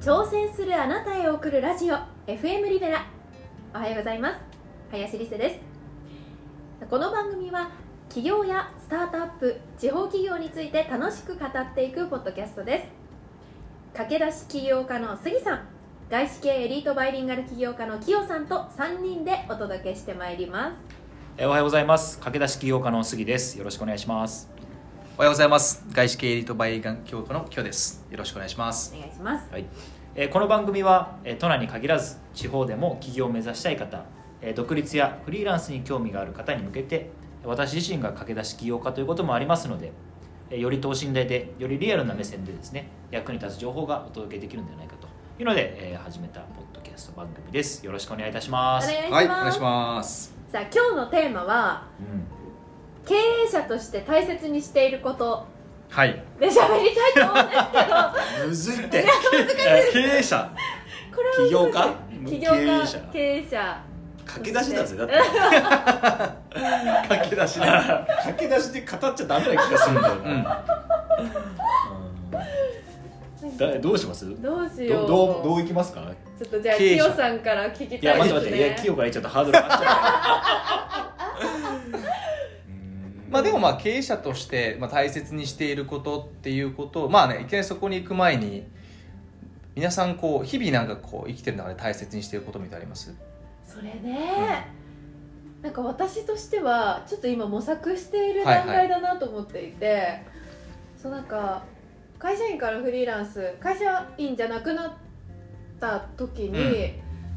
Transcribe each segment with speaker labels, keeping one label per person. Speaker 1: 挑戦するあなたへ送るラジオ FM リベラおはようございます林理瀬ですこの番組は企業やスタートアップ地方企業について楽しく語っていくポッドキャストです駆け出し起業家の杉さん外資系エリートバイリンガル起業家のキヨさんと3人でお届けしてまいります
Speaker 2: えおはようございます駆け出し起業家の杉ですよろしくお願いします
Speaker 3: おはようございます外資系エリートバイガン教科のキョですよろしくお願いします
Speaker 1: お願いします
Speaker 2: はいえーこの番組は、えー都内に限らず地方でも起業を目指したい方、えー独立やフリーランスに興味がある方に向けて私自身が駆け出し起業家ということもありますのでえーより等身大でよりリアルな目線でですね役に立つ情報がお届けできるんじゃないかというので、えー始めたポッドキャスト番組ですよろしくお願いいたし
Speaker 1: お
Speaker 2: ます
Speaker 1: 願いします,、
Speaker 3: はいお願いします
Speaker 1: さあ今日のテーマは
Speaker 2: うん
Speaker 1: 経営者として大切にしていること
Speaker 3: はい
Speaker 1: で喋りたいと思うんですけど
Speaker 3: むずいって
Speaker 2: え
Speaker 3: 経営者
Speaker 1: これは
Speaker 3: 起業家
Speaker 1: 起業家
Speaker 3: 経営者
Speaker 1: 経営者
Speaker 3: 駆け出しだぜだって駆け出しだ駆け出しで語っちゃダメな気がするんだよな、うんだどうします
Speaker 1: どうしよ
Speaker 3: ど
Speaker 1: う
Speaker 3: どうどういきますか
Speaker 1: ちょっとじゃあ
Speaker 3: 経営
Speaker 1: キ
Speaker 3: 者
Speaker 1: ヨさんから聞き
Speaker 2: い
Speaker 1: た
Speaker 2: や
Speaker 1: いですね
Speaker 2: 待って待って、いや清からちょっとハードル上がっちゃう
Speaker 3: まあでもまあ経営者としてまあ大切にしていることっていうことをまあねいきなりそこに行く前に皆さんこう日々なんかこう生きてる中で大切にしていることみたいなのあります
Speaker 1: それね、なんか私としてはちょっと今模索している段階だなと思っていて、そうなんか会社員からフリーランス会社員じゃなくなった時に、
Speaker 3: うん
Speaker 1: や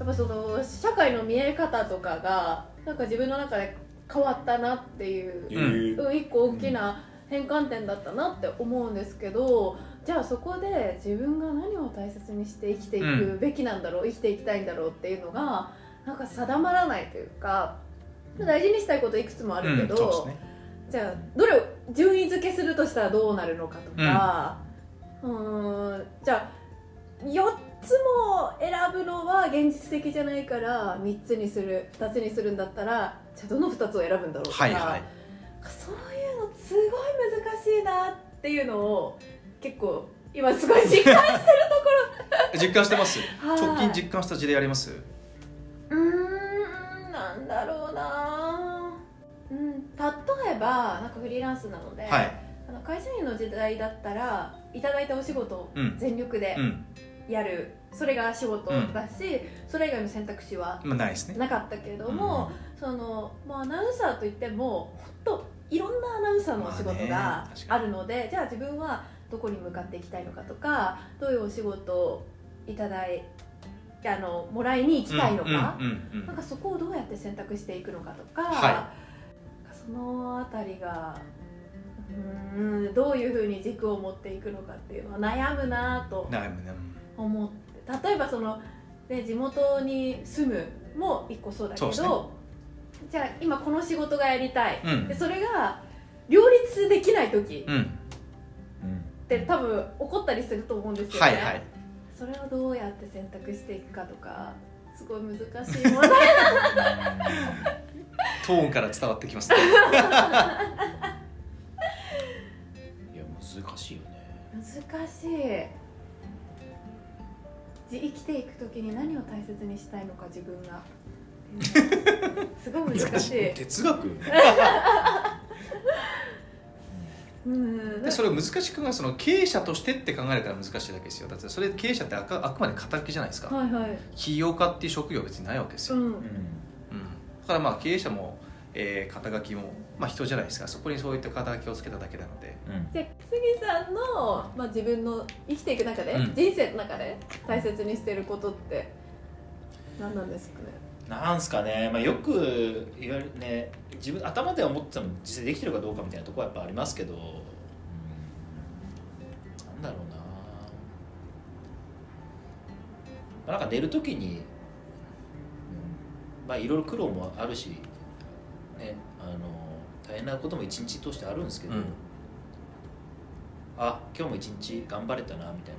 Speaker 1: っぱその社会の見え方とかがなんか自分の中で変わったなっていう
Speaker 2: えー
Speaker 1: うん一個大きな変換点だったなって思うんですけどじゃあそこで自分が何を大切にして生きていくべきなんだろう、生きていきたいんだろうっていうのがなんか定まらないというか大事にしたいこといくつもあるけど、
Speaker 3: うんそうですね
Speaker 1: じゃあどれを順位付けするとしたらどうなるのかとかうーんじゃあ4つも選ぶのは現実的じゃないから3つにする2つにするんだったらじゃあどの2つを選ぶんだろうとか、
Speaker 3: はいはい
Speaker 1: そういうのすごい難しいなっていうのを結構今すごい 実感
Speaker 3: 実感してます
Speaker 1: はい
Speaker 3: 直近実感した事例あります
Speaker 1: うーんなんだろうなうん例えばなんかフリーランスなので、
Speaker 3: はい
Speaker 1: あの会社員の時代だったらいただいたお仕事を
Speaker 3: うん
Speaker 1: 全力で
Speaker 3: うん
Speaker 1: やる、それが仕事だし、それ以外の選択肢は
Speaker 3: まあないですね
Speaker 1: なかったけれども、そのまあアナウンサーといっても本当いろんなアナウンサーのお仕事
Speaker 3: まあ
Speaker 1: が
Speaker 3: ね確
Speaker 1: あ
Speaker 3: かに
Speaker 1: るので、じゃあ自分はどこに向かっていきたいのかとかどういうお仕事をいただいあのもらいに行きたいのか、
Speaker 3: うんうんうんう
Speaker 1: なん
Speaker 3: ん
Speaker 1: かそこをどうやって選択していくのかとか、
Speaker 3: は
Speaker 1: そのあたりがうーんどういうふうに軸を持っていくのかっていうのは悩むなぁと
Speaker 3: 悩むね
Speaker 1: 思って例えばその、ね、地元に住むも一個そうだけど、
Speaker 3: そ
Speaker 1: じゃあ今この仕事がやりたい、
Speaker 3: うんうん
Speaker 1: でそれが両立できない時
Speaker 3: うん
Speaker 1: って多分怒ったりすると思うんですよね、
Speaker 3: はいはい
Speaker 1: それをどうやって選択していくかとかすごい難しい問題
Speaker 3: トーンから伝わってきますね
Speaker 2: いや難しいよね
Speaker 1: 難しいじ生きていく時に何を大切にしたいのか自分 がすごい難しい
Speaker 3: 哲学
Speaker 1: うん
Speaker 3: でそれを難しくがその経営者としてって考えるから難しいだけですよだってそれ経営者ってあかあくまで肩書きじゃないですか
Speaker 1: はいはい
Speaker 3: 起業家っていう職業は別にないわけです
Speaker 1: う
Speaker 3: よ、うん
Speaker 1: ん
Speaker 3: だからまあ経営者も、えー肩書きも、まあ、人じゃないですかそこにそういった肩書きをつけただけなので
Speaker 2: うん
Speaker 1: で杉さんの、まあ、自分の生きていく中で、
Speaker 3: うん
Speaker 1: 人生の中で大切にしてることって何なんですかね
Speaker 2: なんすかね、まあ、よくいわゆるね自分頭では思ってたの実際できてるかどうかみたいなところはやっぱありますけど、うん、なんだろうな、まあ、なんか寝る時に、うんまあいろいろ苦労もあるし、ね、あの大変なことも一日通してあるんですけど、
Speaker 3: うん
Speaker 2: あ今日も一日頑張れたなみたい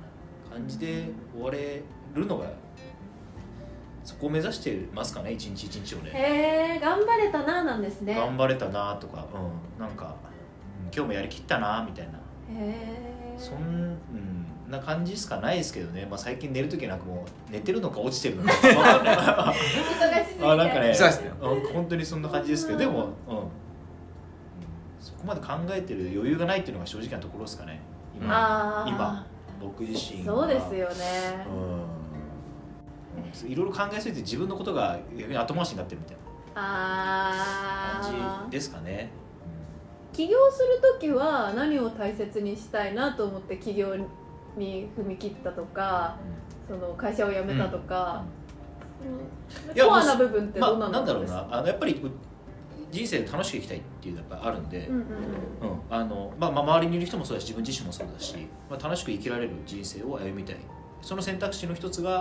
Speaker 2: な感じで終われるのがそこを目指してますかね一日一日をね。
Speaker 1: へえ頑張れたななんですね
Speaker 2: 頑張れたなとか、うん、なんかうん今日もやりきったなみたいな
Speaker 1: へえ
Speaker 2: そん、うん、な感じしかないですけどね、まあ、最近寝る時なんかもう寝てるのか落ちてるの か分かんない
Speaker 4: 忙しすぎて
Speaker 2: あなんかね
Speaker 3: そうですね
Speaker 2: うん本当にそんな感じですけどでも、うんうん、そこまで考えてる余裕がないっていうのが正直なところですかね今
Speaker 1: あー
Speaker 2: 今僕自身は
Speaker 1: そうですよね
Speaker 2: うんいろいろ考えすぎて自分のことが逆に後回しになってるみたいな
Speaker 1: あ
Speaker 2: 感
Speaker 1: あ
Speaker 2: じですかね、
Speaker 1: 起業する時は何を大切にしたいなと思って起業に踏み切ったとかその会社を辞めたとか、
Speaker 2: うんいや
Speaker 1: コアな部分って
Speaker 2: ま
Speaker 1: どう
Speaker 2: あ
Speaker 1: な
Speaker 2: なんだ
Speaker 1: ん
Speaker 2: ろう
Speaker 1: ですか
Speaker 2: なあのやっぱりこう人生楽しく生きたいっていうのがやっぱあるんで、
Speaker 1: うんうん
Speaker 2: うんあのまあ、まあ周りにいる人もそうだし自分自身もそうだし、まあ、楽しく生きられる人生を歩みたいその選択肢の一つが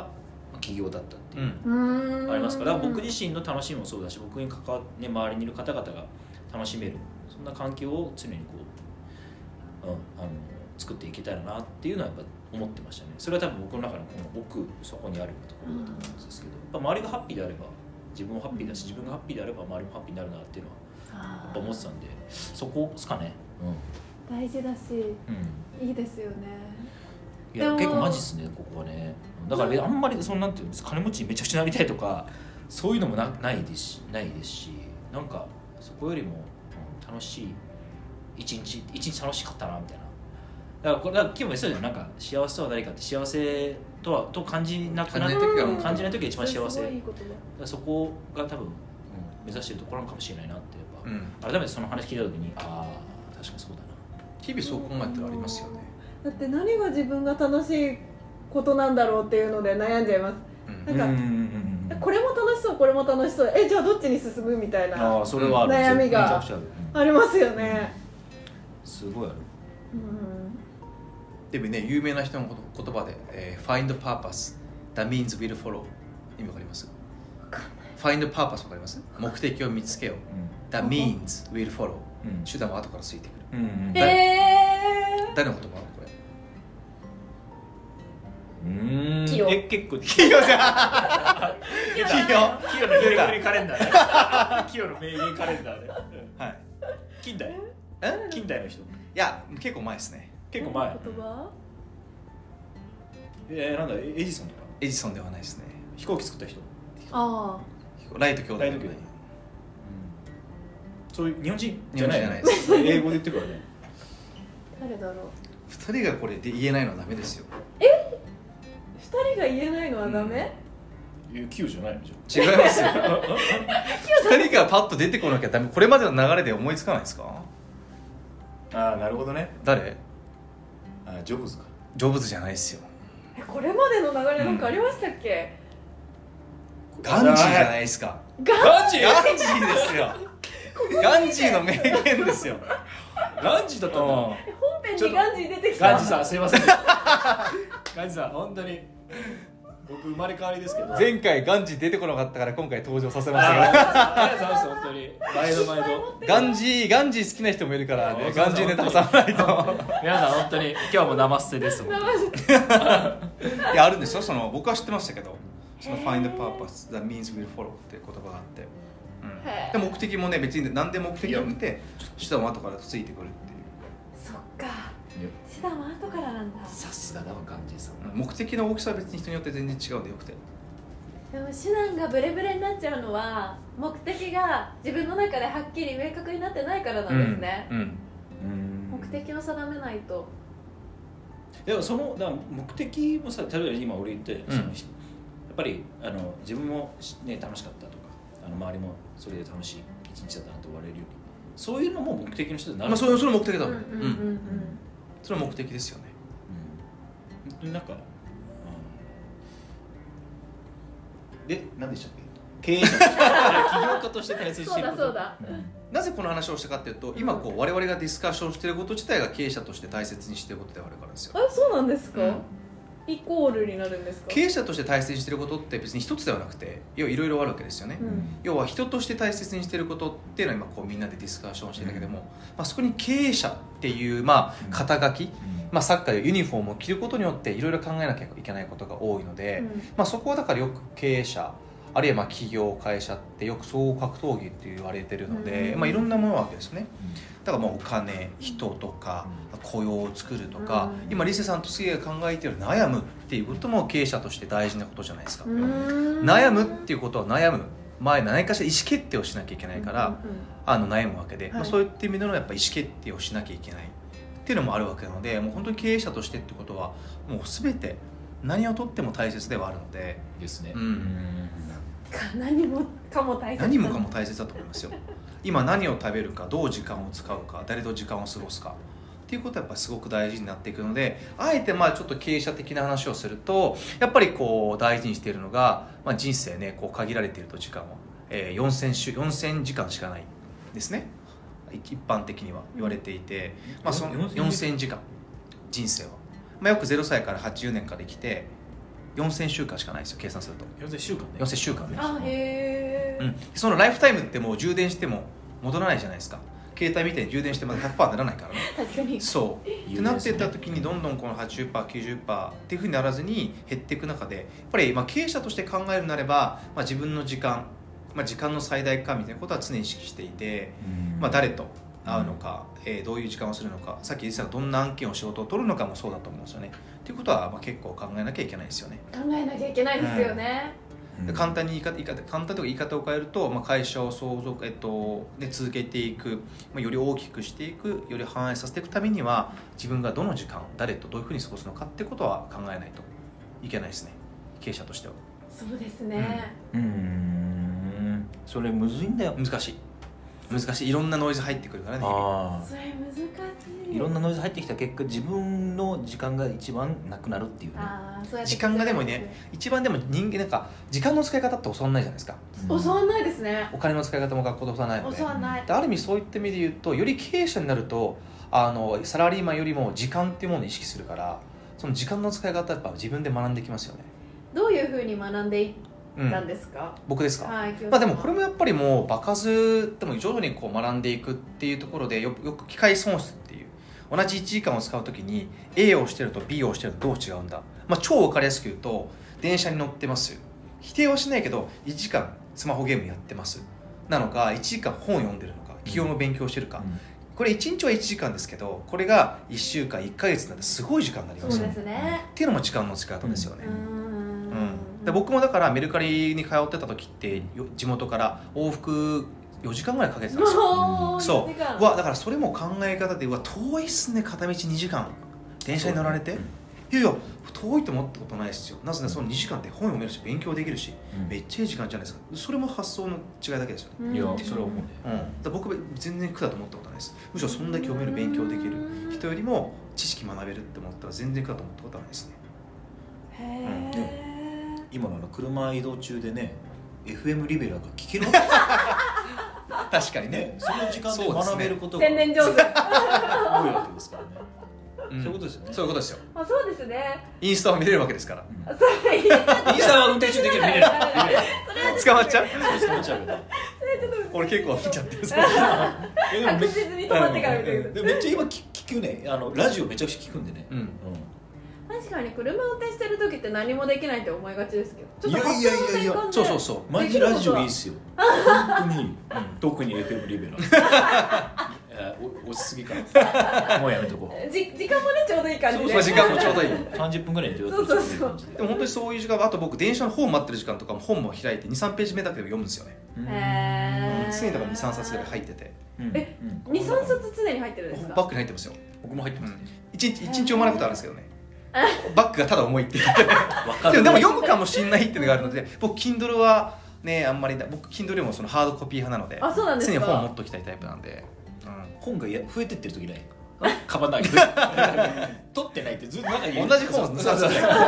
Speaker 2: まあ起業だったっていう、
Speaker 3: ん
Speaker 1: うんうーん
Speaker 2: ありますから僕自身の楽しみもそうだし僕に関わって、ね、周りにいる方々が楽しめるそんな環境を常にこう、うん、あの作っていけたらなっていうのはやっぱ思ってましたねそれは多分僕の中のこの奥そこにあるところだと思うんですけど、やっぱ周りがハッピーであれば自分もハッピーだし自分がハッピーであれば周りもハッピーになるなっていうのはやっぱ思ってたんでそこですかね
Speaker 1: 大事だし
Speaker 2: うん、うん
Speaker 1: いいですよね
Speaker 2: い
Speaker 1: で
Speaker 2: や
Speaker 1: も
Speaker 2: 結構マジっすねここはねだからねあんまりそのなんていうんですか金持ちにめちゃくちゃなりたいとかそういうのもなないですしないですしなんかそこよりもうん楽しい一日一日楽しかったなみたいなだからこれだから今日も言ってたじゃんなんか幸せとは何かって幸せとはと感じなくな
Speaker 3: 感
Speaker 2: っ
Speaker 3: じ
Speaker 2: て
Speaker 3: ない時が
Speaker 1: うん
Speaker 2: 感じない時が一番幸せ
Speaker 1: それすごいいい言
Speaker 2: だからそこが多分、うん目指してるところなのかもしれないなって
Speaker 3: う
Speaker 2: やっ
Speaker 3: ん
Speaker 2: ぱ、改めてその話聞いた時にああ確かにそうだな
Speaker 3: 日々そう考えてらありますよね、
Speaker 1: 葉だって何が自分が楽しいことなんだろうっていうので悩んじゃいます
Speaker 3: う
Speaker 1: な
Speaker 3: ん
Speaker 1: んか
Speaker 2: うんうんうんうん
Speaker 1: これも楽しそうこれも楽しそうえじゃあどっちに進むみたいな
Speaker 2: ああそれはある
Speaker 1: 悩みが
Speaker 2: めちゃくちゃあるうん
Speaker 1: ありますよね
Speaker 2: すごいある
Speaker 1: うん
Speaker 3: でもね有名な人のこと言葉で、えー、Find purpose that means will follow 意味わかります Find purpose わかります目的を見つけよう that means will follow
Speaker 2: うん
Speaker 3: 手段は後からついてくる
Speaker 2: うんうん
Speaker 3: え
Speaker 1: え
Speaker 3: 誰の言葉これ
Speaker 2: うん
Speaker 1: 器用
Speaker 2: え結構
Speaker 3: 企業じゃん
Speaker 1: ー、いや
Speaker 3: 企業
Speaker 2: キヨの名言カレンダーね キヨの名言カレンダーね
Speaker 3: はい
Speaker 2: 近代
Speaker 3: え
Speaker 2: 近代の人
Speaker 3: いや結構前ですね
Speaker 2: 結構前
Speaker 1: 言葉
Speaker 2: えーなんだエエジソンとか
Speaker 3: エジソンではないですね
Speaker 2: 飛行機作った人
Speaker 1: あ
Speaker 3: ライト兄弟
Speaker 2: ライト兄弟そういう日本人じゃないよね
Speaker 3: 日本人じ
Speaker 2: 英語で言ってるからね
Speaker 1: あ誰だろう
Speaker 3: 二人がこれで言えないのはダメですよ
Speaker 1: 二人が言えないのはダメ、
Speaker 2: えキヨじゃないのじ
Speaker 3: 違いますよ
Speaker 2: ゃああ
Speaker 3: 二人がパッと出てこなきゃダメこれまでの流れで思いつかないですか
Speaker 2: ああーなるほどね
Speaker 3: 誰
Speaker 2: あージョブズか
Speaker 3: ジョブズじゃないですよ
Speaker 1: えこれまでの流れなんかありましたっけ、
Speaker 3: ガンジーじゃないですか
Speaker 1: ガ
Speaker 2: ガンジー
Speaker 3: ガンジーですよガンジーの名言ですよ
Speaker 2: ガンジーだったんだ
Speaker 1: 本編にガンジー出てきた
Speaker 2: ガンジさんすいませんガンジさん本当に僕生まれ変わりですけど
Speaker 3: 前回ガンジー出てこなかったから今回登場させましたから
Speaker 2: ありがとうございます本当に毎度毎度
Speaker 3: ガンジーガンジー好きな人もいるからね
Speaker 2: あ
Speaker 3: ガンジーネタ挟まないと
Speaker 2: 皆さん本当に今日も生捨てですもん
Speaker 3: いやあるんですよその僕は知ってましたけどその「Find the purpose that means will follow」っていう言葉があって、
Speaker 1: へ
Speaker 3: うん、で目的もね別に何で目的を見て手段は後からついてくるっていう
Speaker 1: そっか手段は後からなんだ
Speaker 2: さすがだわガンジーさん
Speaker 3: うん目的の大きさは別に人によって全然違うんでよくて
Speaker 1: でも手段がブレブレになっちゃうのは目的が自分の中ではっきり明確になってないからなんですね、
Speaker 3: うんうん
Speaker 1: 目的を定めないと
Speaker 2: でもそのだから目的もさ例えば今俺言って、
Speaker 3: うん
Speaker 2: そのやっぱりあの自分も、ね、楽しかったとかあの周りもそれで楽しい一日だったなと言われるようにそういうのも目的の一つになる
Speaker 3: まあ、それそれ目的だ
Speaker 1: うん
Speaker 3: もん、
Speaker 1: うんうんうん
Speaker 3: それは目的ですよね
Speaker 2: うん本当になんか、うん、で何でしたっけ経営者として起業家として大切にしていること
Speaker 1: そうだそう
Speaker 2: うん
Speaker 3: なぜこの話をしたかっていうと今こう我々がディスカッションしていること自体が経営者として大切にしていることではあるからですよ
Speaker 1: あそうなんですか、
Speaker 3: うん
Speaker 1: イコールになるんですか
Speaker 3: 経営者として大切にしていることって別に一つではなくて要はいろいろあるわけですよね、
Speaker 1: うん
Speaker 3: 要は人として大切にしていることっていうのは今こうみんなでディスカッションしてるけども、まあ、そこに経営者っていうま
Speaker 2: うん
Speaker 3: あ肩書き、
Speaker 2: ま
Speaker 3: まあ、サッカーやユニフォームを着ることによっていろいろ考えなきゃいけないことが多いので、まあ、そこはだからよく経営者あるいはまあ企業会社ってよく総合格闘技って言われてるので、
Speaker 1: うん
Speaker 3: まあ、いろんなものがあるわけですよね
Speaker 2: あ
Speaker 3: だからまあお金人とか
Speaker 2: う
Speaker 3: あ雇用を作るとか、
Speaker 1: うん
Speaker 3: 今リセさんと杉谷が考えている悩むっていうことも経営者として大事なことじゃないですか、悩
Speaker 1: 悩
Speaker 3: むっていうことは悩む前何かしら意思決定をしなきゃいけないから、あの悩むわけで、
Speaker 1: い
Speaker 3: まあ、そういった意味でのやっぱ意思決定をしなきゃいけないっていうのもあるわけなのでもう本当に経営者としてってことはもう全て何をとっても大切ではあるので
Speaker 2: ですね、
Speaker 3: うん
Speaker 1: 何もかも大切
Speaker 3: 何もかも大切だと思いますよ今何を食べるかどう時間を使うか誰と時間を過ごすかっていうことはやっぱすごく大事になっていくのであえてまあちょっと経営者的な話をするとやっぱりこう大事にしているのが、まあ、人生ねこう限られていると時間を、えー、4000, 週4000時間しかないですね一般的には言われていて、まあ、その
Speaker 2: 4000
Speaker 3: 4000時間人生は、まあ、よく0歳から80年間できて4000週間しかないですよ計算すると
Speaker 2: 4000週間ね
Speaker 3: 4000週間ね
Speaker 1: あへ
Speaker 3: う
Speaker 1: え
Speaker 3: ん、そのライフタイムってもう充電しても戻らないじゃないですか携帯みたいに充電してまだ100%にならないからね
Speaker 1: 確かに
Speaker 3: そうっ
Speaker 2: 有名
Speaker 3: てな
Speaker 2: で
Speaker 3: って
Speaker 2: すね
Speaker 3: いった時にどんどんこの 80%90% っていうふうにならずに減っていく中でやっぱりまあ経営者として考えるなれば、まあ、自分の時間、まあ、時間の最大化みたいなことは常に意識していて、
Speaker 2: うん
Speaker 3: まあ、誰と会うのか、えーどういう時間をするのかさっき実はどんな案件を仕事を取るのかもそうだと思うんですよねっていうことはまあ結構考えなきゃいけないですよね
Speaker 1: 考えなきゃいけないですよね、
Speaker 2: うん
Speaker 3: で簡単に言い方言い方簡単とか言い方を変えると、まあ、会社を相続、えっとね、続けていく、まあ、より大きくしていくより反映させていくためには自分がどの時間誰とどういうふうに過ごすのかってことは考えないといけないですね経営者としては
Speaker 1: そうですね、
Speaker 2: うーんそれむずいんだよ
Speaker 3: 難しい難しいいろんなノイズ入ってくるからね
Speaker 2: あ
Speaker 1: それ難しい
Speaker 2: いろんなノイズ入ってきた結果自分の時間が一番なくなるっていうね
Speaker 1: あーそうやって
Speaker 3: 時間がでもね一番でも人間なんか時間の使い方って教わんないじゃないですか
Speaker 2: うん
Speaker 1: 教わんないですね
Speaker 3: お金の使い方も学校で教わらないので
Speaker 1: 教わんない
Speaker 3: である意味そういった意味で言うとより経営者になるとあのサラリーマンよりも時間っていうものを意識するからその時間の使い方やっぱ自分で学んできますよね、
Speaker 1: どういうふうに学んでいっ
Speaker 3: うん
Speaker 1: たんですか、
Speaker 3: 僕ですか、
Speaker 1: はい清
Speaker 3: ま
Speaker 1: さ
Speaker 3: あ
Speaker 1: ん
Speaker 3: でもこれもやっぱりもう場数でも徐々にこう学んでいくっていうところでよくよく機械損失っていう同じ1時間を使う時に A をしてると B をしてるとどう違うんだ、まあ、超分かりやすく言うと電車に乗ってます否定はしないけど1時間スマホゲームやってますなのか1時間本読んでるのか企業の勉強してるか、これ1日は1時間ですけどこれが1週間1か月なんてすごい時間になり
Speaker 1: そ
Speaker 3: ま
Speaker 1: う
Speaker 3: すよ
Speaker 1: で
Speaker 3: ね
Speaker 1: すね
Speaker 3: っていうのも時間の使い方ですよね、
Speaker 1: うーん
Speaker 3: うん、で僕もだからメルカリに通ってた時ってよ地元から往復4時間ぐらいかけてたんで すよ
Speaker 1: もう
Speaker 3: そう
Speaker 1: 四時間
Speaker 3: うわだからそれも考え方でうわ遠いっすね片道2時間電車に乗られて、いやいや遠いと思ったことないですよなぜならその2時間って本読めるし勉強できるし
Speaker 2: うん
Speaker 3: めっちゃいい時間じゃないですかそれも発想の違いだけですよね、
Speaker 1: うん
Speaker 2: いやそれは思うね
Speaker 3: うん、だから僕全然苦だと思ったことないですむしろそんだけ読める勉強できる
Speaker 1: うん
Speaker 3: 人よりも知識学べるって思ったら全然かと思ったことはないですね
Speaker 1: へえ、
Speaker 2: 今のあの車移動中でね FM リベラが聞けるわけです
Speaker 3: 確かに
Speaker 2: よねその時間で学べることが
Speaker 1: 宣伝上 手
Speaker 2: 多いわけですからねそういうことですよね
Speaker 3: そういうことですよ
Speaker 1: あそうですね
Speaker 3: インスタを見れるわけですから
Speaker 1: あそういや
Speaker 2: インスタは運転中できる見れる
Speaker 3: 捕まっちゃう
Speaker 2: そうそうそうそ う
Speaker 1: ちょっと
Speaker 3: 俺結構見ちゃってる
Speaker 2: えでもめ
Speaker 1: 確
Speaker 2: っ
Speaker 1: 実に止まってから見て
Speaker 2: うんうんう
Speaker 1: る
Speaker 2: んでもめっちゃ今聞聞くねあのラジオめちゃくちゃ聞くんでね
Speaker 3: うん
Speaker 1: 確かに車運転してる時って何もできないって思いがちですけどちょっと
Speaker 2: いやいやいやいや
Speaker 1: 発想の転換で
Speaker 3: そうそうそ
Speaker 2: マジラジオいいっすよ本当に特に FM リベラえーお落ちすぎか なもうやめとこう
Speaker 1: じ時間もねちょうどいい感じ
Speaker 3: う
Speaker 1: で
Speaker 3: そう時間もちょうどいい
Speaker 2: 30分ぐらいで
Speaker 1: そうそうそう
Speaker 3: でも本当にそういう時間あと僕電車の本待ってる時間とかも本も開いて23ページ目だけでも読むんですよね、
Speaker 1: へ
Speaker 3: う
Speaker 1: ー
Speaker 3: ん、常にだから23冊ぐらい入ってて
Speaker 1: え23冊常に入ってるんです
Speaker 3: バッ
Speaker 1: か
Speaker 3: グに入ってますよ、
Speaker 2: 僕も入って
Speaker 3: う
Speaker 2: ます
Speaker 3: ん、一日一日読まないことあるんですけ どねバッグがただ重いっていう
Speaker 2: わか
Speaker 3: で
Speaker 2: る
Speaker 3: もでも読むかもしれないっていうのがあるので僕 Kindle はねあんまりだ僕 Kindle よりもそのハードコピー派なので
Speaker 1: あそうなんです
Speaker 3: 常
Speaker 1: か
Speaker 3: に本持っときたいタイプなんで、
Speaker 2: 本がや増えてってる時ないカバンの 中に取ってないってずっと中に
Speaker 3: うん、同じ本を
Speaker 2: そう
Speaker 3: そう
Speaker 2: そ
Speaker 3: そうう
Speaker 2: そう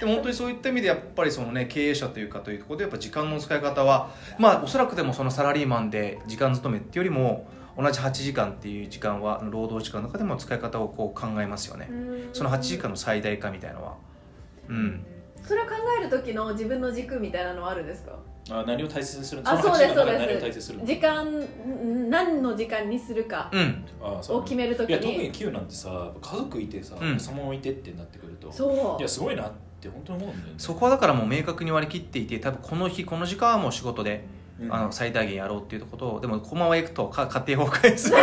Speaker 3: でも本当にそういった意味でやっぱりそのね経営者というかというところでやっぱ時間の使い方はまあおそらくでもそのサラリーマンで時間勤めっていうよりも同じ8時間っていう時間は労働時間の中でも使い方をこう考えますよね、
Speaker 1: うん
Speaker 3: その8時間の最大化みたいのはうん
Speaker 1: それを考える時の自分の軸みたいなのはあるんですか
Speaker 2: あ何を大切にするの
Speaker 1: あ
Speaker 2: その
Speaker 1: そうです
Speaker 2: 8時間
Speaker 1: そう
Speaker 2: の中
Speaker 1: です
Speaker 2: 何を大切にするの
Speaker 1: 時間ん何の時間にするか
Speaker 3: うん
Speaker 2: あそう
Speaker 1: を決める時
Speaker 2: いや特
Speaker 1: に
Speaker 2: に9なんてさ家族いてさ
Speaker 3: うん
Speaker 2: 子供もいてってなってくると
Speaker 1: そ
Speaker 2: いや
Speaker 1: う
Speaker 2: すごいなって本当に思うんだよね
Speaker 3: そこはだからもう明確に割り切っていて多分この日この時間はもう仕事で
Speaker 5: うん
Speaker 3: あの最大限やろうっていうことをでもこのままいくとか家庭崩壊するぞ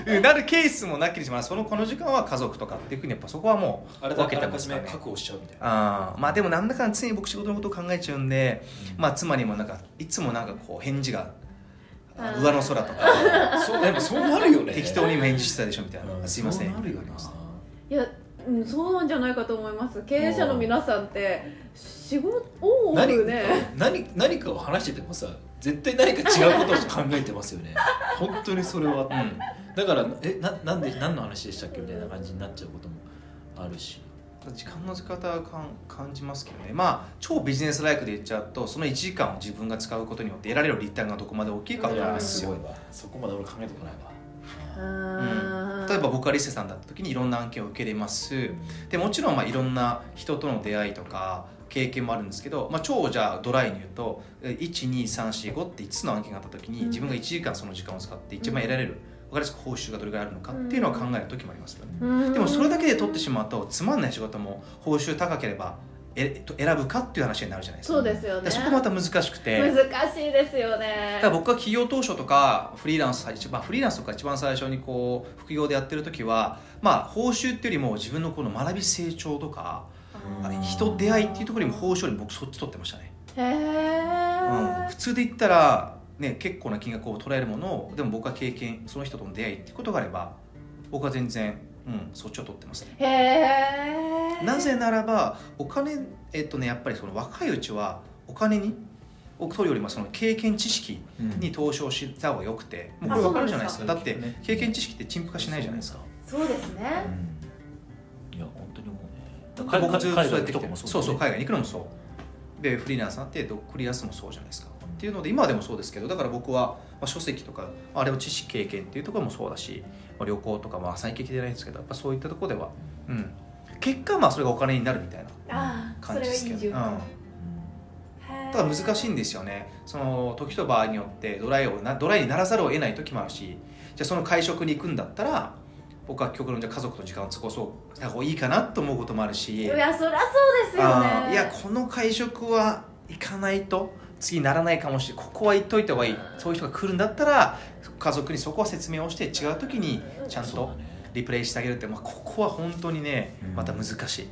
Speaker 3: っていうなるケースもなきにしもあらずそのこの時間は家族とかっていうふうにやっぱそこはもう
Speaker 2: あれ
Speaker 3: 分
Speaker 2: だ
Speaker 3: け
Speaker 2: け
Speaker 3: て
Speaker 2: あら
Speaker 3: ま
Speaker 2: か
Speaker 3: す
Speaker 2: じ
Speaker 3: か
Speaker 2: め
Speaker 3: らね
Speaker 2: 確保しちゃうみたいな
Speaker 3: あーまあでもなんだかんだ常に僕仕事のことを考えちゃうんで、まあ、妻にもなんかいつもなんかこう返事があ
Speaker 6: あー
Speaker 3: 上の空とか
Speaker 2: そうやっぱそうなるよね
Speaker 3: 適当に返事してたでしょみたいな、
Speaker 2: うん
Speaker 3: すいません
Speaker 2: そうなるよ
Speaker 3: みたい
Speaker 2: な
Speaker 3: な
Speaker 1: ういや、うん、そうなんじゃないかと思います経営者の皆さんって仕事を
Speaker 2: 何
Speaker 1: ね
Speaker 2: 何何かを話しててもさ絶対何か違うことを考えてますよ ね本当にそれは
Speaker 3: うん
Speaker 2: だからえななんで何の話でしたっけみたいな感じになっちゃうこともあるし
Speaker 3: 時間の使い方はかん感じますけどねまあ超ビジネスライクで言っちゃうとその1時間を自分が使うことによって得られるリターンがどこまで大きいかって
Speaker 2: や
Speaker 3: 話
Speaker 2: ー
Speaker 3: ですよ
Speaker 2: いわそこまで俺考えたことないわ
Speaker 1: あー
Speaker 3: 例えば僕がリセさんだった時にいろんな案件を受けれますでもちろんまあいろんな人との出会いとか経験もあるんですけど、まあ、超じゃあドライに言うと12345って5つの案件があった時に自分が1時間その時間を使って一番得られる分かりやすく報酬がどれぐらいあるのかっていうのを考える時もありますよね
Speaker 1: うん
Speaker 3: でもそれだけで取ってしまうとつまんない仕事も報酬高ければえと選ぶかっていう話になるじゃないですか
Speaker 1: そうですよ
Speaker 3: だか
Speaker 1: ね
Speaker 3: らそこまた難しくて
Speaker 1: 難しいですよね
Speaker 3: だから僕は企業当初とかフリーランス最初、まあ、フリーランスとか一番最初にこう副業でやってる時はまあ報酬っていうよりも自分のこの学び成長とか
Speaker 1: あー
Speaker 3: 人出会いっていうところにも報酬より僕そっち取ってましたね、
Speaker 1: へ
Speaker 3: うん、
Speaker 1: え
Speaker 3: 普通で言ったら、ね、結構な金額を捉えるものをでも僕は経験その人との出会いっていうことがあれば僕は全然、うん、そっちを取ってますね
Speaker 1: へえ
Speaker 3: なぜならばお金えっとねやっぱりその若いうちはお金にを取るよりもその経験知識に投資をした方がよくて、もうこれ分かるじゃないですかだ
Speaker 2: あ
Speaker 3: っ
Speaker 2: そうなんです
Speaker 3: て
Speaker 2: か
Speaker 3: 経験知識って陳腐化しないじゃないですか
Speaker 2: か
Speaker 1: そうですね
Speaker 2: いや本当にもうね
Speaker 3: 僕ずっとそうやってき
Speaker 5: と
Speaker 3: て
Speaker 5: かも
Speaker 3: そうそう
Speaker 5: だよね
Speaker 3: 海外に行くのもそうでフリーランスになってドックリアスもそうじゃないですかっていうので今でもそうですけどだから僕は、まあ、書籍とかあれを知識経験っていうところもそうだし、まあ、旅行とかまあ最近聞いてないんですけどやっぱそういったところでは、うん、結果まあそれがお金になるみたいな
Speaker 1: ああ
Speaker 3: 感じですけど、
Speaker 1: それはいい
Speaker 3: うん
Speaker 1: 循環
Speaker 3: ただ難しいんですよねその時と場合によってドライをなドライにならざるを得ない時もあるしじゃあその会食に行くんだったら僕は極論じゃあ家族と時間を過ごそうした方がいいかなと思うこともあるし
Speaker 1: いやそりゃそうですよ
Speaker 3: あ
Speaker 1: ね
Speaker 3: ーいやこの会食は行かないと次ならないかもしれないここは行っといた方がいいそういう人が来るんだったら家族にそこは説明をして違う時にちゃん
Speaker 2: そう
Speaker 3: と
Speaker 2: だね
Speaker 3: リプレイしてあげるって、まあ、ここは本当にね
Speaker 5: うん
Speaker 3: また難しい、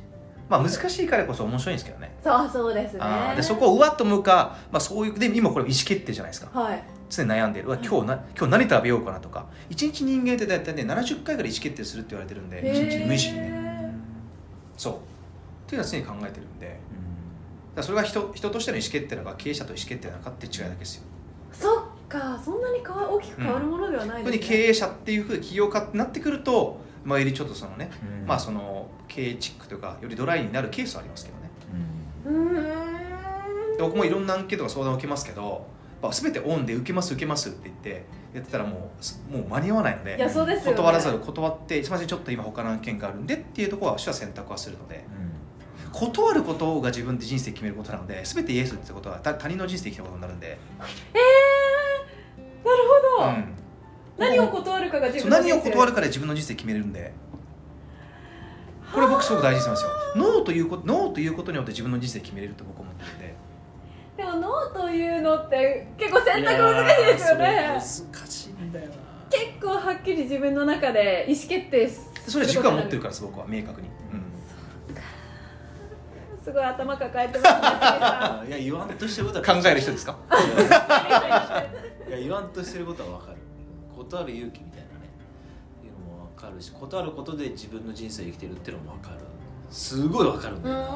Speaker 3: まあ、難しいからこそ面白いんですけどね
Speaker 1: そうそうですね
Speaker 3: あーでそこをうわっと向か、まあ、そういうで今これ意思決定じゃないですか
Speaker 1: はい
Speaker 3: 常に悩んでるうわ今日な今日何食べようかなとか一日人間って大体ね70回ぐらい意思決定するって言われてるんで一日に無意識にねそうっていうのは常に考えてるんでだからそれが人人としての意思決定なのか経営者と意思決定なのかって違いだけですよ
Speaker 1: そっかそんなに変わ大きく変わるものではない
Speaker 3: 特
Speaker 1: です、ね
Speaker 3: に経営者っていうふうに起業家ってなってくるとまあよりちょっとそのね、
Speaker 5: うんうん
Speaker 3: まあその経営チックというかよりドライになるケースはありますけどね
Speaker 5: うん
Speaker 1: うー
Speaker 3: で僕もいろんなアンケートが相談を受けますけど、まあ、全てオンで受けます受けますって言ってやってたらもうすもう間に合わないの
Speaker 1: んいや
Speaker 3: で
Speaker 1: そうですよ、ね、
Speaker 3: 断らざる断ってすみませんちょっと今他の案件があるんでっていうところは私は選択はするので断ることが自分で人生決めることなので全てイエスってことは他他人の人生決めることになるんで、
Speaker 1: えー、なるほど、
Speaker 3: うん
Speaker 1: 何を断るかが自
Speaker 3: そう
Speaker 1: 分の
Speaker 3: 何を断
Speaker 1: る
Speaker 3: るかで自分の人生決めれるんでこれ僕すごく大事にしてますよノーということノーということによって自分の人生決めれると僕は思ってるんで
Speaker 1: でもノーというのって結構選択難しいですよ
Speaker 2: いや
Speaker 1: ね
Speaker 2: ーそれ難しいんだよな
Speaker 1: 結構はっきり自分の中で意思決定す
Speaker 3: でそれは軸は持ってるからです僕は明確に、うん
Speaker 1: すごい頭抱えてますね
Speaker 2: あいや言わんとしてることは
Speaker 3: 考える人ですか
Speaker 2: いや言わんとしてることは分かる断る勇気みたいなねっていうのも分かるし断ることで自分の人生生きてるっていうのも分かるすごい分かるんだ
Speaker 1: う
Speaker 2: よ
Speaker 1: ん
Speaker 2: な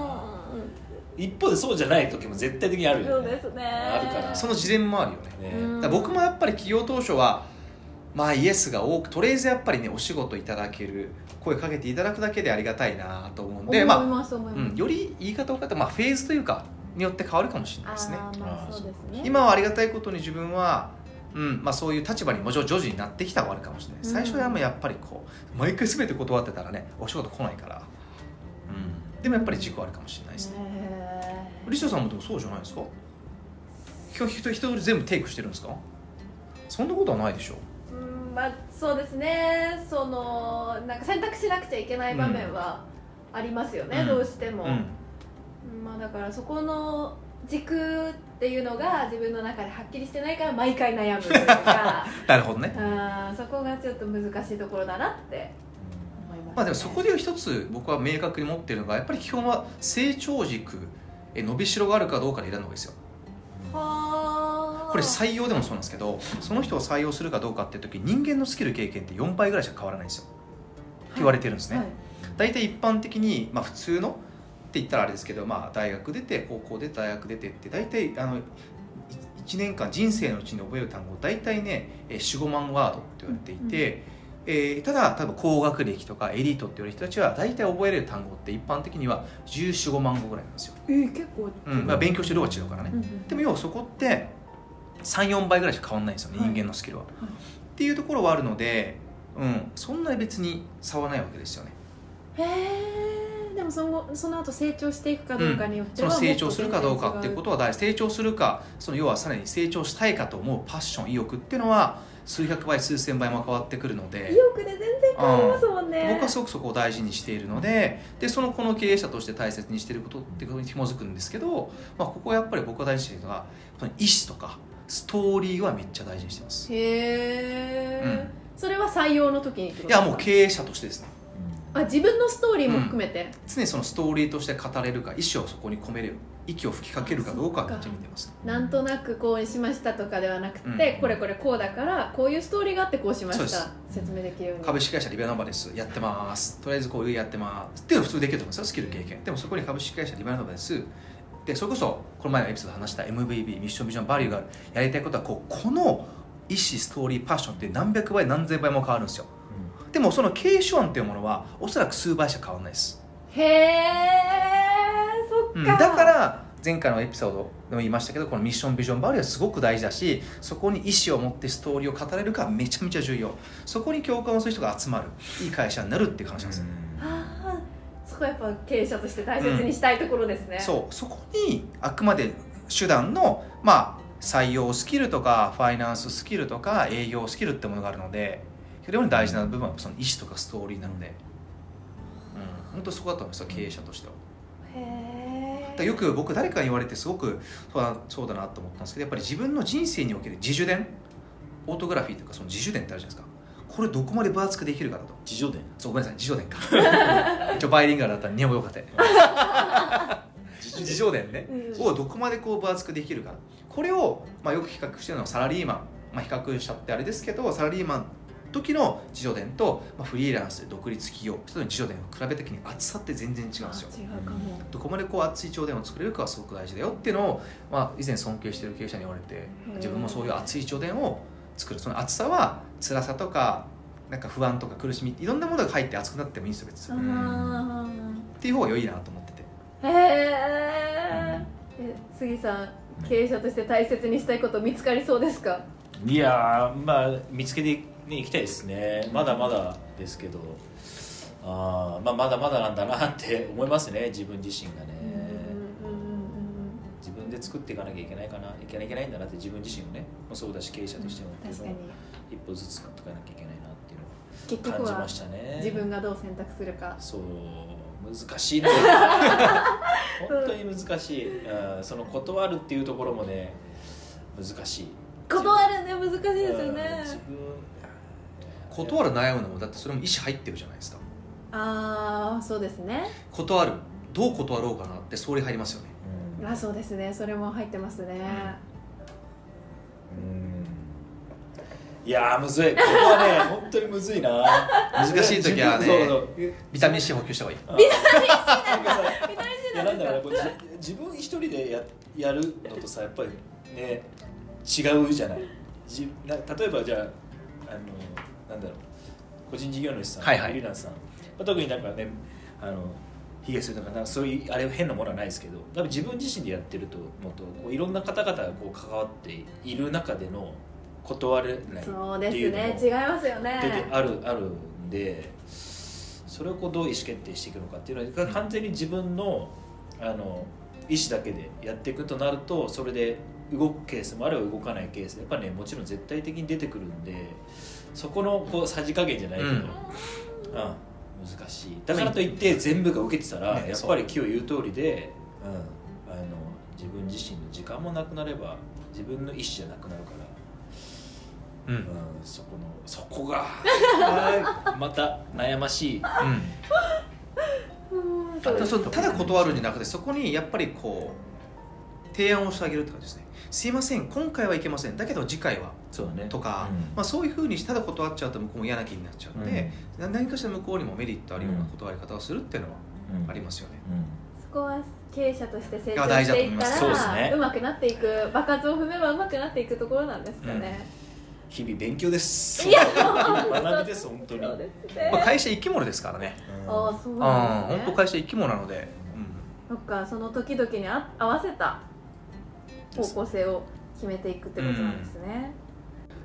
Speaker 2: 一方でそうじゃない時も絶対的にある
Speaker 1: そ
Speaker 2: よ
Speaker 1: う
Speaker 2: ね
Speaker 1: ですね
Speaker 2: あるから
Speaker 3: そのジレンマもあるよね
Speaker 2: ね
Speaker 1: うん
Speaker 3: だから僕もやっぱり企業当初はまあイエスが多くとりあえずやっぱりねお仕事いただける声かけていただくだけでありがたいなと思うんで
Speaker 1: 思い
Speaker 3: ま
Speaker 1: ます思い
Speaker 3: あ、
Speaker 1: ま
Speaker 3: うん、より言い方を変えたらまあフェーズというかによって変わるかもしれないですすね
Speaker 1: あーまあそうですね
Speaker 3: 今はありがたいことに自分は、うんまあ、そういう立場にもちろん徐々になってきたはあるかもしれない
Speaker 1: うん
Speaker 3: 最初はもうやっぱりこう毎回全て断ってたらねお仕事来ないから、うん、でもやっぱり事故あるかもしれないですね
Speaker 1: へー
Speaker 3: リシャさんもでもそうじゃないですか今日人人全部テイクしてるんですかそんなことはないでしょ
Speaker 1: うんまあそうですねそのなんか選択しなくちゃいけない場面はありますよね、
Speaker 3: うん
Speaker 1: どうしても、
Speaker 3: うん
Speaker 1: まあだからそこの軸っていうのが自分の中ではっきりしてないから毎回悩むというか
Speaker 3: なるほどね
Speaker 1: うんそこがちょっと難しいところだなって思います、ね、
Speaker 3: まあでもそこで一つ僕は明確に持ってるのがやっぱり基本は成長軸え伸びしろがあるかどうかで選んだ方がいいですよ
Speaker 1: はあ
Speaker 3: これ採用でもそうなんですけどその人を採用するかどうかっていう時人間のスキル経験って4倍ぐらいしか変わらないんですよって言われてるんですね、
Speaker 1: はい
Speaker 3: 大体一般的に、まあ、普通のって言ったらあれですけど、まあ、大学出て高校出て大学出てって大体あのい1年間人生のうちに覚える単語大体ねえー45万ワードって言われていて、えーただ多分高学歴とかエリートって言われる人たちは大体覚えれる単語って一般的には1415万語ぐらいなんですよ、
Speaker 1: えー結構、
Speaker 3: うんまあ、勉強してる量が違うからね
Speaker 1: うんうん
Speaker 3: でも要はそこって34倍ぐらいしか変わんないんですよね、
Speaker 1: はい
Speaker 3: 人間のスキルは、
Speaker 1: い
Speaker 3: っていうところはあるので、うん、そんなに別に差はないわけですよね
Speaker 1: へえでもその後その後成長していくかどうかによって
Speaker 3: そ
Speaker 1: は、
Speaker 3: の成長するかどうかっていうこととは大事成長するかその要はさらに成長したいかと思うパッション意欲っていうのは数百倍数千倍も変わってくるの
Speaker 1: 意
Speaker 3: で
Speaker 1: 欲で全然変わりますもんね
Speaker 3: 僕はすごくそこを大事にしているのででそのこの経営者として大切にしていることってことに紐づくんですけど、まあ、ここはやっぱり僕が大事にしているのはその意思とかストーリーはめっちゃ大事にしてますい
Speaker 1: へえ、
Speaker 3: うん
Speaker 1: それは採用の時にってことです
Speaker 3: や
Speaker 1: か
Speaker 3: もう経営者としてですね
Speaker 1: あ自分のストーリーも含めて、
Speaker 3: 常にそのストーリーとして語れるか意思をそこに込める息を吹きかけるかどうかがめっちゃ見てます
Speaker 1: なんとなくこうしましたとかではなくて、
Speaker 3: うん
Speaker 1: これこれこうだからこういうストーリーがあってこうしまし
Speaker 3: そ
Speaker 1: た説明できるように
Speaker 3: 株式会社リベナバですやってますとりあえずこういうやってますっていうの普通できると思うんですよスキル経験でもそこに株式会社リベナバですでそれこそこの前のエピソードで話した MVB ミッションビジョンバリューがあるやりたいことはこうこの意思ストーリーパッションって何百倍何千倍も変わるんですよでもその継承案っていうものはおそらく数倍しか変わらないです、
Speaker 1: へえそっか、
Speaker 3: うんだから前回のエピソードでも言いましたけどこのミッションビジョンバリューはすごく大事だしそこに意思を持ってストーリーを語れるかめちゃめちゃ重要そこに共感をする人が集まるいい会社になるっていう話なんですよ、
Speaker 1: あーそこはやっぱ経営者として大切にしたいところですね、
Speaker 3: そうそこにあくまで手段の、まあ、採用スキルとかファイナンススキルとか営業スキルってものがあるのでそれよりも大事な部分はその意思とかストーリーなので、うん、本当そこだと思いますよ経営者としては。
Speaker 1: へ
Speaker 3: だから
Speaker 1: え
Speaker 3: よく僕誰かに言われてすごくそうだそうだなと思ったんですけどやっぱり自分の人生における自主伝オートグラフィーというかその自主伝ってあるじゃないですかこれどこまで分厚くできるかだと
Speaker 2: 自助伝
Speaker 3: そうごめんなさい自助伝か一応バイリンガルだったら日本語よかったよ自助伝ね
Speaker 1: うん
Speaker 3: をどこまでこう分厚くできるかこれを、まあ、よく比較してるのはサラリーマン、まあ、比較しちゃってあれですけどサラリーマン時の自助伝と、まあ、フリーランス独立企業人の自助伝を比べた時に厚さって全然違うんですよ
Speaker 1: あ違うかも、
Speaker 3: どこまでこう熱い頂点を作れるかはすごく大事だよっていうのを、まあ、以前尊敬している経営者に言われて
Speaker 1: うん
Speaker 3: 自分もそういう熱い頂点を作るその熱さは辛さとかなんか不安とか苦しみいろんなものが入って熱くなってもいいんですよ別に
Speaker 1: あ
Speaker 3: っていう方が良いなと思ってて
Speaker 1: ーへええ杉さん経営者として大切にしたいこと見つかりそうですか
Speaker 2: いやーまあ見つけてい、ね、いきたいですねまだまだですけどあー、まあ、まだまだなんだなって思いますね自分自身がね
Speaker 1: うんうんうんうん
Speaker 2: 自分で作っていかなきゃいけないかないけないいけないんだなって自分自身もねもそうだし経営者としてもっていう
Speaker 1: 確
Speaker 2: の
Speaker 1: かに
Speaker 2: を一歩ずつ作っていかなきゃいけないなっていうのを
Speaker 1: 結局
Speaker 2: 感じ
Speaker 1: は
Speaker 2: ましたね
Speaker 1: 自分がどう選択するか
Speaker 2: そう難しい ね本当に難しい、うん、その断るっていうところもね難しい
Speaker 1: 断るね難しい
Speaker 2: うん
Speaker 1: ですよね
Speaker 2: 自分
Speaker 3: 断る悩むのもだってそれも意思入ってるじゃないですか
Speaker 1: ああそうですね
Speaker 3: 断るどう断ろうかなって総理入りますよね
Speaker 2: うん
Speaker 1: あそうですねそれも入ってますね
Speaker 2: うんいやーむずいここはね本当にむずいな
Speaker 3: 難しい時はね
Speaker 2: 自分そうそう
Speaker 3: ビタミン C 補給した方がいい
Speaker 2: なんかさ
Speaker 1: 見た目
Speaker 2: い
Speaker 1: な
Speaker 2: や
Speaker 1: んで
Speaker 2: な
Speaker 1: す
Speaker 2: んだ
Speaker 1: か
Speaker 2: ろうねこうじ自分一人でややるのとさやっぱりね違うじゃないじな例えばじゃああのなんだろう個人事業主さん、
Speaker 3: はいはい
Speaker 2: フリーランスさん、まあ、特になんかねあのヒゲするとかなんかそういうあれ変なものはないですけど多分自分自身でやってるともっとこういろんな方々がこう関わっている中での断れない
Speaker 1: そう
Speaker 2: っ
Speaker 1: で
Speaker 2: ていう
Speaker 1: す
Speaker 2: のも
Speaker 1: ね違いますよ
Speaker 2: 出て
Speaker 1: ね
Speaker 2: あるあるんでそれをこうどう意思決定していくのかっていうのは
Speaker 3: うん
Speaker 2: 完全に自分のあの意思だけでやっていくとなるとそれで動くケースもあれば動かないケースやっぱねもちろん絶対的に出てくるんでそこのこうさじ加減じゃないけど、
Speaker 3: う
Speaker 2: うんん難しいだからといって全部が受けてたら
Speaker 3: ね
Speaker 2: やっぱり今日言う通りで、うん、あの自分自身の時間もなくなれば自分の意思じゃなくなるから、
Speaker 3: う
Speaker 2: う
Speaker 3: んう
Speaker 2: んん、そこのそこがまた悩ましい
Speaker 3: ただそうただ断るんじゃなくてそこにやっぱりこう提案をしてあげるって感じですねすいません今回はいけませんだけど次回は
Speaker 7: そうだね
Speaker 3: とか、
Speaker 7: うん
Speaker 3: まあ、そういうふうにしただ断っちゃうと向こうも嫌な気になっちゃうので、な何かしら向こうにもメリットあるような断り方をするっていうのは
Speaker 7: うん
Speaker 3: ありますよね、
Speaker 7: うん
Speaker 1: そこは経営者として成長
Speaker 3: が大
Speaker 1: し
Speaker 3: 事だ
Speaker 1: て
Speaker 3: と
Speaker 1: い
Speaker 3: 思い
Speaker 1: っ
Speaker 3: ま
Speaker 1: た
Speaker 3: す
Speaker 1: ら
Speaker 7: そうですね
Speaker 1: うまくなっていく爆発を踏めばうまくなっていくところなんですかね、
Speaker 2: 日々勉強で す
Speaker 1: いや
Speaker 2: 学びです本当に
Speaker 1: そうですね、
Speaker 3: まあ、会社生き物ですからね
Speaker 1: あ
Speaker 2: う
Speaker 1: あ
Speaker 2: ん
Speaker 1: そう
Speaker 3: う
Speaker 1: なん
Speaker 3: ん
Speaker 1: です
Speaker 3: 本
Speaker 1: ね
Speaker 3: 当会社生き物なので、
Speaker 1: そっかその時々にあ合わせた方向性を決めていくってことなんですね、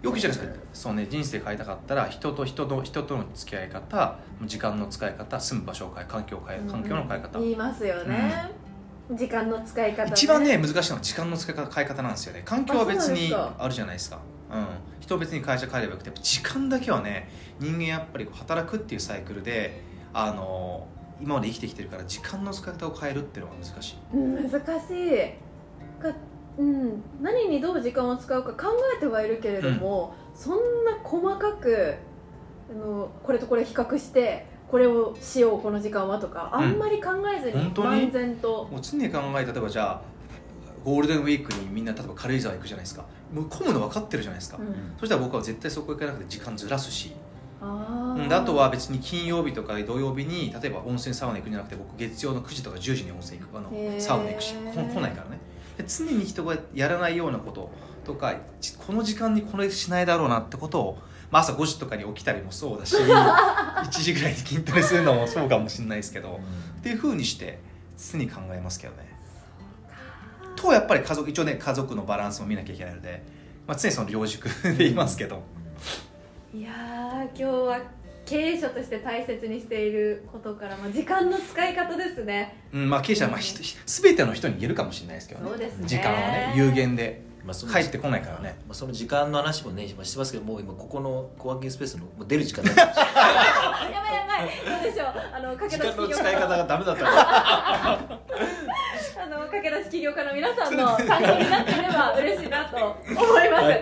Speaker 3: よくじゃないですかそうね人生変えたかったら人と人の人との付き合い方時間の使い方住む場所を変え環境を変え環境の変え方、
Speaker 1: 言いますよね、時間の使い方、ね、
Speaker 3: 一番ね難しいのは時間の使い方変え方なんですよね環境は別
Speaker 1: あそうなんです
Speaker 3: に
Speaker 1: か
Speaker 3: あるじゃないですかうん、人は別に会社変えればよくてやっぱ時間だけはね人間やっぱりこう働くっていうサイクルであの今まで生きてきてるから時間の使い方を変えるっていうのが難しい
Speaker 1: うん難しいか、うん、何にどう時間を使うか考えてはいるけれども、そんな細かくあのこれとこれ比較してこれをしようこの時間はとかあんまり考えずに
Speaker 3: 本当に
Speaker 1: 万全と、
Speaker 3: もう常に考え例えばじゃあゴールデンウィークにみんな例えば軽井沢行くじゃないですかもう混むの分かってるじゃないですか、
Speaker 1: うん
Speaker 3: そしたら僕は絶対そこ行かなくて時間ずらすし
Speaker 1: あ
Speaker 3: うんであとは別に金曜日とか土曜日に例えば温泉サウナ行くんじゃなくて僕月曜の9時とか10時に温泉行くあ
Speaker 1: へー
Speaker 3: のサウナ行くしこ来ないからねで常に人がやらないようなこととかちこの時間にこれしないだろうなってことを、まあ、朝5時とかに起きたりもそうだし 1時ぐらいに筋トレするのもそうかもしれないですけどっていうふうにして常に考えますけどね。とやっぱり家族一応ね家族のバランスも見なきゃいけないので、まあ、常にその両軸でいますけど。
Speaker 1: いやー今日は経営者として大切にしていることから、まあ、時間の使い方ですね
Speaker 3: うん、まあ経営者はまあひひ全ての人に言えるかもしれないですけどね
Speaker 1: そうですね
Speaker 3: 時間はね有限で
Speaker 7: まあその
Speaker 3: 帰ってこないからね
Speaker 7: まあその時間の話もね今してますけどもう今ここのコワーキングスペースのもう出る時間だ
Speaker 1: やばいやばいどうでしょうあの駆け
Speaker 7: 時
Speaker 1: 出し
Speaker 7: 間の
Speaker 1: 企業
Speaker 7: 使い
Speaker 1: 家
Speaker 7: 方がダメだったから
Speaker 1: あの駆け出し起業家の皆さんの参考になっていれば嬉しいなと思います。いや、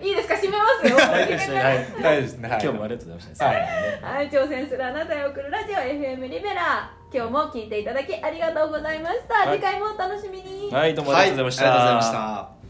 Speaker 1: いいですか、締めますよ。
Speaker 7: 大丈夫ですね、はい、
Speaker 3: 大丈夫ですね、
Speaker 7: 今日もありがとうございました、
Speaker 3: はい
Speaker 1: はい、挑戦するあなたへ送るラジオ FM リベラ。今日も聞いていただきありがとうございました。
Speaker 7: はい
Speaker 1: 次回もお楽しみに。
Speaker 7: はい、どうもありがとうございました、
Speaker 3: はいありがとうございました